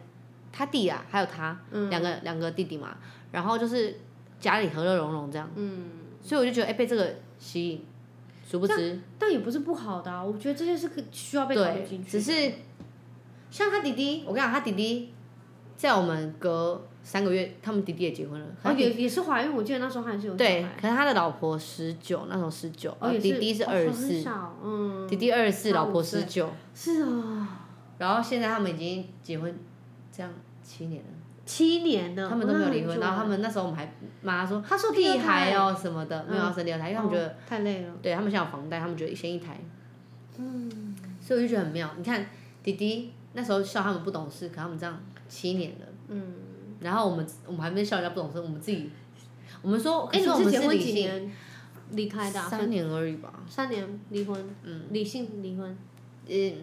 Speaker 2: 他弟啊，还有他
Speaker 3: 嗯
Speaker 2: 两、个两个弟弟嘛，然后就是家里和乐融融这样，嗯，所以我就觉得哎、被这个吸引，殊不知
Speaker 3: 但也不是不好的啊，我觉得这些是可需要被考虑
Speaker 2: 对
Speaker 3: 进，去
Speaker 2: 只
Speaker 3: 的。
Speaker 2: 是像他弟弟，我跟你讲，他弟弟在我们隔三个月，他们弟弟也结婚了，
Speaker 3: 哦，
Speaker 2: 他弟
Speaker 3: 也也是怀孕，我记得那时候还是有小
Speaker 2: 对
Speaker 3: 孩，
Speaker 2: 可是他的老婆十九，那时候十九，
Speaker 3: 哦，也
Speaker 2: 弟弟是
Speaker 3: 哦
Speaker 2: 二十
Speaker 3: 很
Speaker 2: 四，
Speaker 3: 少，嗯，
Speaker 2: 弟弟二十四，
Speaker 3: 差
Speaker 2: 老
Speaker 3: 五
Speaker 2: 婆
Speaker 3: 岁
Speaker 2: 十九，
Speaker 3: 是啊，
Speaker 2: 然后现在他们已经结婚，这样七年了，
Speaker 3: 七年的，
Speaker 2: 他们都没有离婚。
Speaker 3: 哦那很久
Speaker 2: 然后他
Speaker 3: 了
Speaker 2: 们那时候我们还妈说，
Speaker 3: 他说第二
Speaker 2: 屁孩
Speaker 3: 胎
Speaker 2: 哦什么的，没有要生第二胎，因为他们觉得，
Speaker 3: 哦太累了，
Speaker 2: 对他们现在有房贷，他们觉得先一胎。嗯。所以我就觉得很妙，你看弟弟那时候笑他们不懂事，可他们这样七年了，嗯。然后我们我们还没笑人家不懂事，我们自己，我们说，可
Speaker 3: 哎，
Speaker 2: 是我
Speaker 3: 你
Speaker 2: 们
Speaker 3: 是结
Speaker 2: 是
Speaker 3: 婚
Speaker 2: 理
Speaker 3: 几
Speaker 2: 性，
Speaker 3: 年离开的啊？
Speaker 2: 三年而已 吧。
Speaker 3: 三年离婚，嗯，理性离婚，
Speaker 2: 嗯，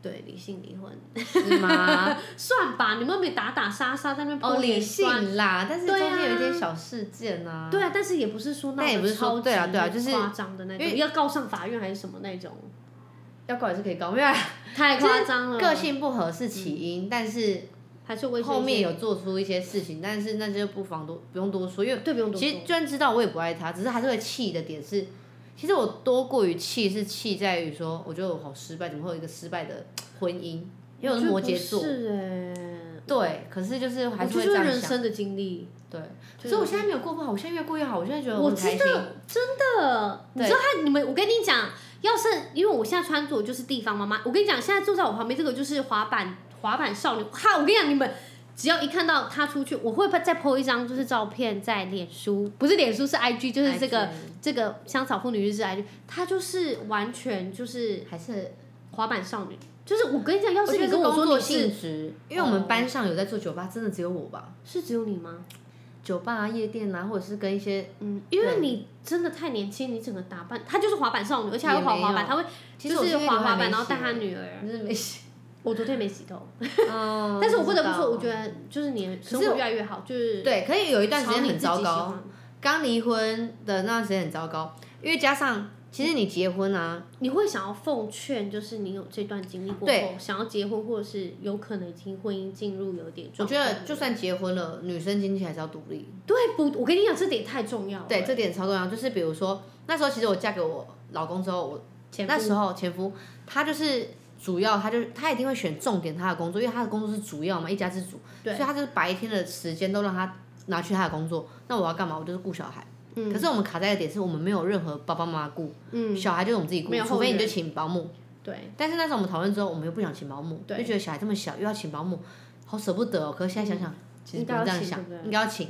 Speaker 3: 对，理性离婚，
Speaker 2: 是吗？
Speaker 3: 算吧，你们没打打杀杀在那边
Speaker 2: 哦，
Speaker 3: 泼
Speaker 2: 理
Speaker 3: 脸酸
Speaker 2: 性啦，但是中
Speaker 3: 对
Speaker 2: 间有一点
Speaker 3: 啊
Speaker 2: 小事件呐、
Speaker 3: 对啊，但是也不是说闹
Speaker 2: 但也不
Speaker 3: 得
Speaker 2: 是说
Speaker 3: 超级
Speaker 2: 对啊对啊就是
Speaker 3: 夸张的那
Speaker 2: 因
Speaker 3: 种，要告上法院还是什么那种，
Speaker 2: 要告也是可以告，没有啦啊
Speaker 3: 太夸张了。嗯
Speaker 2: 个性不合是起因，但是
Speaker 3: 还是会
Speaker 2: 后面有做出一些事情，但是那些就不妨多不用多说，因为
Speaker 3: 对不用多
Speaker 2: 其
Speaker 3: 说
Speaker 2: 实，就算知道我也不爱他，只是还是会气的点是，其实我多过于气是气在于说，我觉得我好失败，怎么会有一个失败的婚姻？因为我是摩羯座
Speaker 3: 我，觉得不是
Speaker 2: 对，可是就是
Speaker 3: 哎、
Speaker 2: 还
Speaker 3: 我
Speaker 2: 是会这
Speaker 3: 觉得就是
Speaker 2: 样
Speaker 3: 人
Speaker 2: 想，
Speaker 3: 生的经历
Speaker 2: 对。
Speaker 3: 对
Speaker 2: 可是我现在没有过不好，我现在越过越好，我现在觉得
Speaker 3: 我
Speaker 2: 很开
Speaker 3: 知
Speaker 2: 心。
Speaker 3: 真的，你
Speaker 2: 对
Speaker 3: 知道他你们，我跟你讲，要是因为我现在穿着就是地方妈妈，我跟你讲，现在坐在我旁边这个就是滑板滑板少女，哈，我跟你讲，你们只要一看到她出去，我会再 po 一张就是照片在脸书，不是脸书是 IG，就是这个
Speaker 2: IG
Speaker 3: 这个香草妇女日志 IG，她就是完全就是
Speaker 2: 还是
Speaker 3: 滑板少女，就是我跟你讲，要是
Speaker 2: 觉
Speaker 3: 你
Speaker 2: 得
Speaker 3: 跟我
Speaker 2: 工
Speaker 3: 说
Speaker 2: 作
Speaker 3: 你是
Speaker 2: 性质，因为我
Speaker 3: 哦
Speaker 2: 们班上有在做酒吧，真的只有我吧？
Speaker 3: 是只有你吗？
Speaker 2: 酒吧啊、夜店啊，或者是跟一些
Speaker 3: 嗯，因为
Speaker 2: 对
Speaker 3: 你真的太年轻，你整个打扮，她就是滑板少女，而且还会
Speaker 2: 也
Speaker 3: 滑
Speaker 2: 没
Speaker 3: 滑
Speaker 2: 有
Speaker 3: 板，她会
Speaker 2: 其实
Speaker 3: 就
Speaker 2: 我
Speaker 3: 是
Speaker 2: 是
Speaker 3: 滑滑板，然后带
Speaker 2: 带
Speaker 3: 她女儿。
Speaker 2: 就是没洗。
Speaker 3: 我昨天没洗头，
Speaker 2: 嗯
Speaker 3: 但是我不得不说，
Speaker 2: 知道
Speaker 3: 我觉得就是你生
Speaker 2: 可是
Speaker 3: 活
Speaker 2: 我
Speaker 3: 越来越好，就是
Speaker 2: 对，可以有一
Speaker 3: 一
Speaker 2: 段时间很糟糕，。刚离婚的那段时间很糟糕，因为加上其实你结婚啊，
Speaker 3: 你会想要奉劝，就是你有这段经历过
Speaker 2: 对
Speaker 3: 后，想要结婚，或者是有可能已经婚姻进入有点
Speaker 2: 我
Speaker 3: 状
Speaker 2: 觉
Speaker 3: 况，
Speaker 2: 得就算结婚了，女生经济还是要独立。
Speaker 3: 对不？我跟你讲，这点太重要了。
Speaker 2: 对，这点超重要。就是比如说那时候，其实我嫁给我老公之后，我
Speaker 3: 前夫
Speaker 2: 那时候前夫他就是主要，他就他一定会选重点他的工作，因为他的工作是主要嘛，一家之主，所
Speaker 3: 对
Speaker 2: 以他就是白天的时间都让他拿去他的工作。那我要干嘛？我就是顾小孩。可是我们卡在的点是我们没有任何爸爸妈妈顾，
Speaker 3: 嗯，
Speaker 2: 小孩就是我们自己顾
Speaker 3: 没有，后
Speaker 2: 除非你就
Speaker 3: 人
Speaker 2: 请保姆。
Speaker 3: 对，
Speaker 2: 但是那时候我们讨论之后，我们又不想请保姆，
Speaker 3: 对
Speaker 2: 就觉得小孩这么小又要请保姆，好舍不得哦。可是现在想想，其实
Speaker 3: 应
Speaker 2: 不
Speaker 3: 该要
Speaker 2: 能这样
Speaker 3: 请
Speaker 2: 想
Speaker 3: 对不，对
Speaker 2: 应该要请，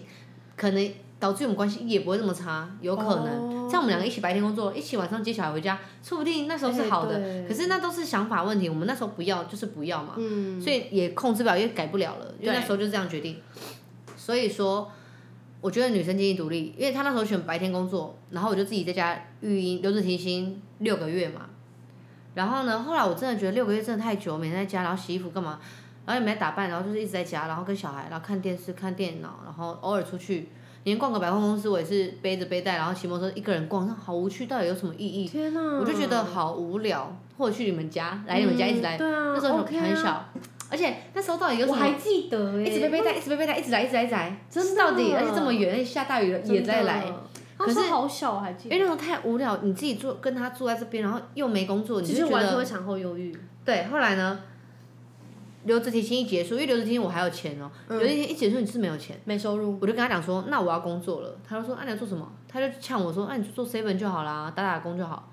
Speaker 2: 可能导致我们关系也不会这么差，有可能。
Speaker 3: 哦
Speaker 2: 像我们两个一起白天工作，一起晚上接小孩回家，说不定那时候是好的。
Speaker 3: 哎对
Speaker 2: 可是那都是想法问题，我们那时候不要就是不要嘛，
Speaker 3: 嗯，
Speaker 2: 所以也控制不了，也改不了了，因为
Speaker 3: 对
Speaker 2: 那时候就这样决定。所以说。我觉得女生经济独立，因为她那时候选白天工作，然后我就自己在家育婴留职停薪六个月嘛。然后呢，后来我真的觉得六个月真的太久，每天在家，然后洗衣服干嘛，然后也没打扮，然后就是一直在家，然后跟小孩，然后看电视、看电脑，然后偶尔出去，连逛个百货公司我也是背着背带，然后骑摩托车一个人逛，那好无趣，到底有什么意义？
Speaker 3: 天哪，
Speaker 2: 我就觉得好无聊，或者去你们家，来你们家一直来，
Speaker 3: 嗯对啊
Speaker 2: 那时候很
Speaker 3: OK 啊
Speaker 2: 很小，而且那时候到底有什
Speaker 3: 我
Speaker 2: 么？
Speaker 3: 还记得哎，
Speaker 2: 一直被背带，一直被背带，一直来，一直来，一直来，
Speaker 3: 真的
Speaker 2: 到底，而且这么远，而且下大雨了也在来，
Speaker 3: 真的。
Speaker 2: 可
Speaker 3: 那时候
Speaker 2: 是
Speaker 3: 好小，我还记
Speaker 2: 因
Speaker 3: 得
Speaker 2: 为那，时候太无聊，你自己坐跟他坐在这边，然后又没工作，你
Speaker 3: 其
Speaker 2: 就
Speaker 3: 实
Speaker 2: 觉
Speaker 3: 我还是
Speaker 2: 得
Speaker 3: 会产后忧郁。
Speaker 2: 对。后来呢，留职停薪一结束，因为留职停薪我还有钱哦、
Speaker 3: 嗯
Speaker 2: 留职停薪一结束你是没有钱，
Speaker 3: 没收入，
Speaker 2: 我就跟他讲说，那我要工作了，他就说，啊那、你要做什么？他就呛我说，啊那、你就做 seven 就好啦，打打工就好。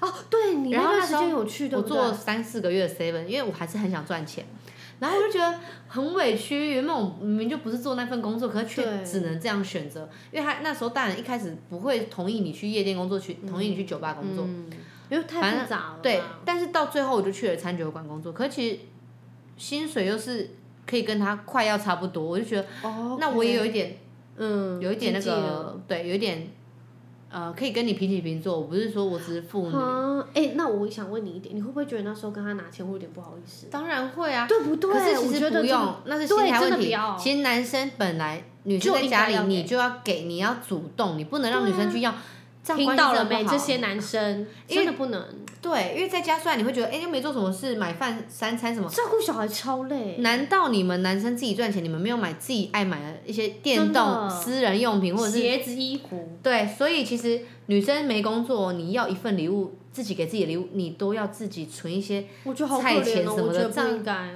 Speaker 3: 哦，对你
Speaker 2: 然后
Speaker 3: 段
Speaker 2: 那
Speaker 3: 时
Speaker 2: 时候
Speaker 3: 间有去，对
Speaker 2: 我
Speaker 3: 不对？
Speaker 2: 做三四个月的 seven，因为我还是很想赚钱。然后我就觉得很委屈，原本我明明就不是做那份工作，可是却
Speaker 3: 对
Speaker 2: 只能这样选择，因为他那时候大人一开始不会同意你去夜店工作，去同意你去酒吧工作，
Speaker 3: 嗯，因为
Speaker 2: 反
Speaker 3: 太
Speaker 2: 正
Speaker 3: 复杂了。
Speaker 2: 对，但是到最后我就去了餐酒馆工作，可是其实薪水又是可以跟他快要差不多，我就觉得
Speaker 3: 哦，
Speaker 2: 那我也有一点
Speaker 3: 嗯，
Speaker 2: 有一点那
Speaker 3: 经济了
Speaker 2: 个，对，有一点呃，可以跟你平起平坐。我不是说我只是妇女，
Speaker 3: 啊，哎，那我想问你一点，你会不会觉得那时候跟他拿钱会有点不好意思？
Speaker 2: 当然会啊。
Speaker 3: 对不对？
Speaker 2: 可是
Speaker 3: 我
Speaker 2: 其
Speaker 3: 觉
Speaker 2: 实
Speaker 3: 得
Speaker 2: 不
Speaker 3: 这
Speaker 2: 用
Speaker 3: 个，
Speaker 2: 那是心态
Speaker 3: 对真的
Speaker 2: 问
Speaker 3: 不
Speaker 2: 题
Speaker 3: 要。
Speaker 2: 其实男生本来女生
Speaker 3: 就
Speaker 2: 在
Speaker 3: 应
Speaker 2: 家
Speaker 3: 该要
Speaker 2: 里，你
Speaker 3: 给
Speaker 2: 就要给，你要主动，你不能让
Speaker 3: 对
Speaker 2: 女
Speaker 3: 啊
Speaker 2: 生去要。这样
Speaker 3: 听
Speaker 2: 关系
Speaker 3: 到了
Speaker 2: 真的
Speaker 3: 没？
Speaker 2: 不
Speaker 3: 这
Speaker 2: 好
Speaker 3: 些男生
Speaker 2: 因为
Speaker 3: 真的不能
Speaker 2: 对，因为在家虽然你会觉得，哎、又没做什么事，买饭三餐什么，
Speaker 3: 照顾小孩，超累。
Speaker 2: 难道你们男生自己赚钱，你们没有买自己爱买的一些电
Speaker 3: 真
Speaker 2: 动
Speaker 3: 的
Speaker 2: 私人用品，或者是
Speaker 3: 鞋子、衣服，
Speaker 2: 对，所以其实女生没工作，你要一份礼物，自己给自己的礼物，你都要自己存一些。
Speaker 3: 我觉得好可
Speaker 2: 菜钱
Speaker 3: 怜哦，
Speaker 2: 什么
Speaker 3: 我
Speaker 2: 的这
Speaker 3: 觉得不
Speaker 2: 样
Speaker 3: 应该，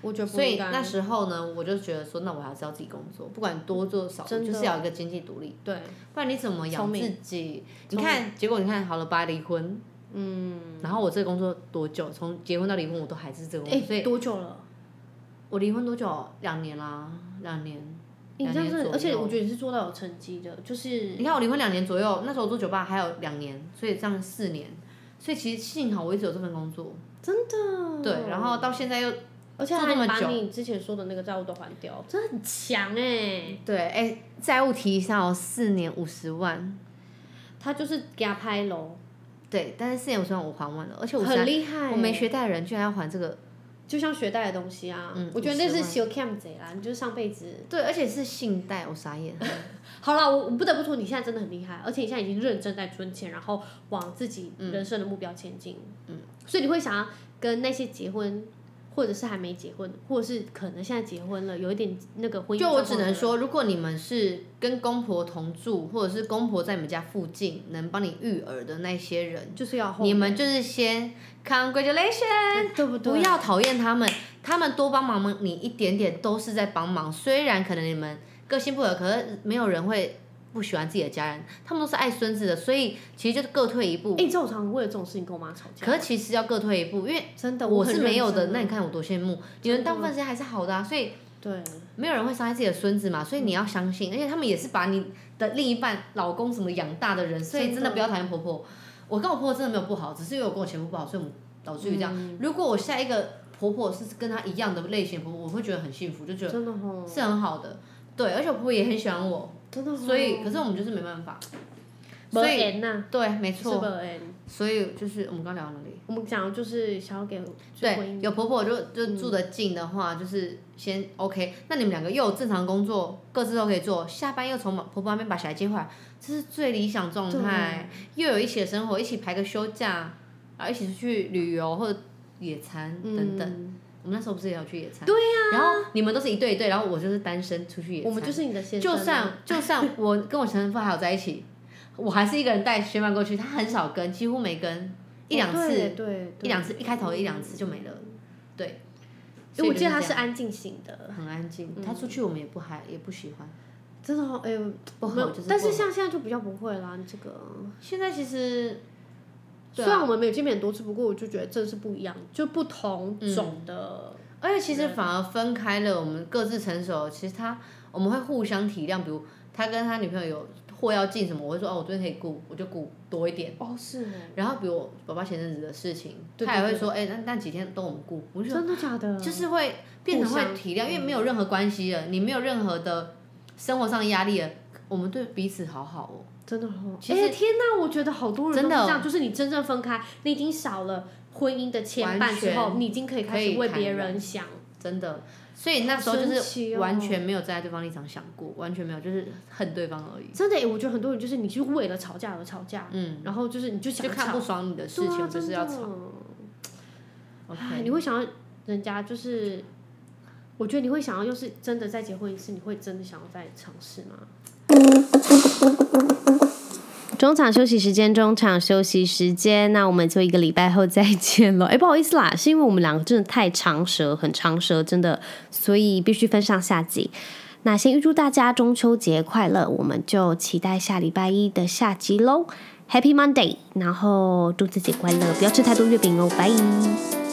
Speaker 3: 我觉得不
Speaker 2: 所以
Speaker 3: 应该。
Speaker 2: 那时候呢，我就觉得说，那我还是要自己工作，不管多做少，我
Speaker 3: 真的
Speaker 2: 就是要有一个经济独立，
Speaker 3: 对，
Speaker 2: 不然你怎么养
Speaker 3: 聪
Speaker 2: 自
Speaker 3: 明
Speaker 2: 己？你
Speaker 3: 聪
Speaker 2: 看，结果你看好了吧，离婚，嗯，然后我这个工作多久？从结婚到离婚，我都还是这个工作，所
Speaker 3: 哎，
Speaker 2: 以
Speaker 3: 多久了？
Speaker 2: 我离婚多久？两年啦，两年。
Speaker 3: 你
Speaker 2: 两
Speaker 3: 这样
Speaker 2: 年
Speaker 3: 真的，
Speaker 2: 左
Speaker 3: 而且
Speaker 2: 右
Speaker 3: 我觉得你是做到有成绩的，就是
Speaker 2: 你看我离婚两年左右，那时候我做酒吧还有两年，所以这样四年，所以其实幸好我一直有这份工作，真的。对，然后到现在又
Speaker 3: 而且
Speaker 2: 做
Speaker 3: 还
Speaker 2: 这么
Speaker 3: 把
Speaker 2: 久
Speaker 3: 你之前说的那个债务都还掉，真的很强哎、
Speaker 2: 对，哎、债务提一下哦，四年五十万，
Speaker 3: 他就是给他拍楼，
Speaker 2: 对，但是四年五十万我还完了，而且我
Speaker 3: 很厉害、欸
Speaker 2: 我没，学贷的人居然要还这个，
Speaker 3: 就像学贷的东西啊。
Speaker 2: 嗯
Speaker 3: 我觉得那
Speaker 2: 50
Speaker 3: 是
Speaker 2: 万
Speaker 3: 小 cam 贼啦，你就是上辈子。
Speaker 2: 对，而且是信贷，我傻眼。
Speaker 3: 好啦，我我不得不说，你现在真的很厉害，而且你现在已经认真在存钱，然后
Speaker 2: 嗯
Speaker 3: 往自己人生的目标前进。嗯，所以你会想要跟那些结婚或者是还没结婚，或者是可能现在结婚了，有一点那个婚姻。
Speaker 2: 就我只能，说，如果你们是跟公婆同住，或者是公婆在你们家附近能帮你育儿的那些人，
Speaker 3: 就是要后
Speaker 2: 你们
Speaker 3: 悔
Speaker 2: 就是先 congratulation，
Speaker 3: 对不对？
Speaker 2: 不要讨厌他们，他们多帮忙你一点点都是在帮忙。虽然可能你们个性不合，可是没有人会不喜欢自己的家人，他们都是爱孙子的，所以其实就是各退一步。
Speaker 3: 哎、你知道我常常为了这种事情跟我妈吵架。
Speaker 2: 可是其实要各退一步，因为
Speaker 3: 真的，
Speaker 2: 我
Speaker 3: 很
Speaker 2: 是没有
Speaker 3: 认
Speaker 2: 的，
Speaker 3: 真欸
Speaker 2: 那你看我多羡慕，你
Speaker 3: 真的
Speaker 2: 们大部分时间还是好的啊，所以
Speaker 3: 对，
Speaker 2: 没有人会伤害自己的孙子嘛，所以你要相信，而且他们也是把你的另一半、老公什么养大的人，所以真
Speaker 3: 真的
Speaker 2: 的不要讨厌婆婆。我跟我婆婆真的没有不好，只是因为我跟我前夫不好，所以我们导致于这样。如果我下一个婆婆是跟她一样的类型的婆婆，我会觉得很幸福，就觉得
Speaker 3: 真的吼，
Speaker 2: 是很好的。对，而且我婆婆也很喜欢我，
Speaker 3: 真的吼，哦
Speaker 2: 所以可是我们就是没办法。
Speaker 3: 没啊
Speaker 2: 所以
Speaker 3: 缘呐，
Speaker 2: 对，没
Speaker 3: 是没
Speaker 2: 错。
Speaker 3: 缘。
Speaker 2: 所以就是我们刚聊到哪里？
Speaker 3: 我们讲就是想要给就是婚
Speaker 2: 对，
Speaker 3: 姻嗯
Speaker 2: 有婆婆就就住得近的话，就是先 OK。那你们两个又有正常工作，各自都可以做，下班又从婆婆那边把小孩接回来，这是最理想状态。又有一起的生活，一起排个休假，啊，一起出去旅游或者野餐等等。
Speaker 3: 嗯
Speaker 2: 我们那时候不是也有去野餐？对呀、然后你们都是一对一对，然后我就是单身出去野餐。
Speaker 3: 我们就是你的先生
Speaker 2: 就
Speaker 3: 啊，
Speaker 2: 算就算我跟我前夫还有在一起，我还是一个人带薛曼过去，他很少跟，几乎没跟，一
Speaker 3: 哦
Speaker 2: 两次。
Speaker 3: 对对，
Speaker 2: 一两次，一开头一两次就没了。对，
Speaker 3: 因为我记得他是嗯
Speaker 2: 所以
Speaker 3: 安静型的
Speaker 2: 就是这样，很安静，他出去我们也不还也不喜欢，
Speaker 3: 真的好哎呦，
Speaker 2: 哦不
Speaker 3: 没
Speaker 2: 好
Speaker 3: 有
Speaker 2: 就是不好。
Speaker 3: 但是像现在就比较不会啦，你这个。
Speaker 2: 现在其实，对
Speaker 3: 虽
Speaker 2: 啊
Speaker 3: 然我们没有见面很多次，不过我就觉得这是不一样，就不同
Speaker 2: 嗯
Speaker 3: 种的。
Speaker 2: 而且其实反而分开了，我们各自成熟，其实他我们会互相体谅，比如他跟他女朋友有货要进什么，我会说哦，我昨天可以顾，我就顾多一点。
Speaker 3: 哦，是哦，
Speaker 2: 然后比如我爸爸前阵子的事情，
Speaker 3: 对
Speaker 2: 他也
Speaker 3: 对
Speaker 2: 会
Speaker 3: 对
Speaker 2: 说，哎、那那几天都我们顾，我就说
Speaker 3: 真的假的？
Speaker 2: 就是会变成会体谅，因为没有任何关系了，你没有任何的生活上压力了，我们对彼此好好哦。
Speaker 3: 真的哦。
Speaker 2: 其实
Speaker 3: 哎天哪，我觉得好多人都
Speaker 2: 真
Speaker 3: 是
Speaker 2: 的
Speaker 3: 这样，就是你真正分开，你已经少了婚姻的牵
Speaker 2: 完
Speaker 3: 绊之
Speaker 2: 全
Speaker 3: 后，你已经可以开
Speaker 2: 可
Speaker 3: 始
Speaker 2: 以
Speaker 3: 为
Speaker 2: 坦
Speaker 3: 别
Speaker 2: 然
Speaker 3: 人想。
Speaker 2: 真的，所以那时候就
Speaker 3: 好神奇
Speaker 2: 是
Speaker 3: 哦
Speaker 2: 完全没有站在对方立场想过，完全没有，就是恨对方而已。
Speaker 3: 真的耶，我觉得很多人就是你就为了吵架而吵架，
Speaker 2: 嗯，
Speaker 3: 然后就是你就想
Speaker 2: 就看
Speaker 3: 吵
Speaker 2: 不爽你的事
Speaker 3: 对啊
Speaker 2: 情，我就是要
Speaker 3: 真
Speaker 2: 吵。
Speaker 3: 的哎
Speaker 2: OK，
Speaker 3: 啊你会想要人家就是，我觉得你会想要，要是真的再结婚一次，你会真的想要再尝试吗？
Speaker 5: 中场休息时间，中场休息时间，那我们就一个礼拜后再见了。哎，不好意思啦，是因为我们两个真的太长舌，很长舌，真的，所以必须分上下集。那先预祝大家中秋节快乐，我们就期待下礼拜一的下集喽。Happy Monday，然后祝自己快乐，不要吃太多月饼哦，拜。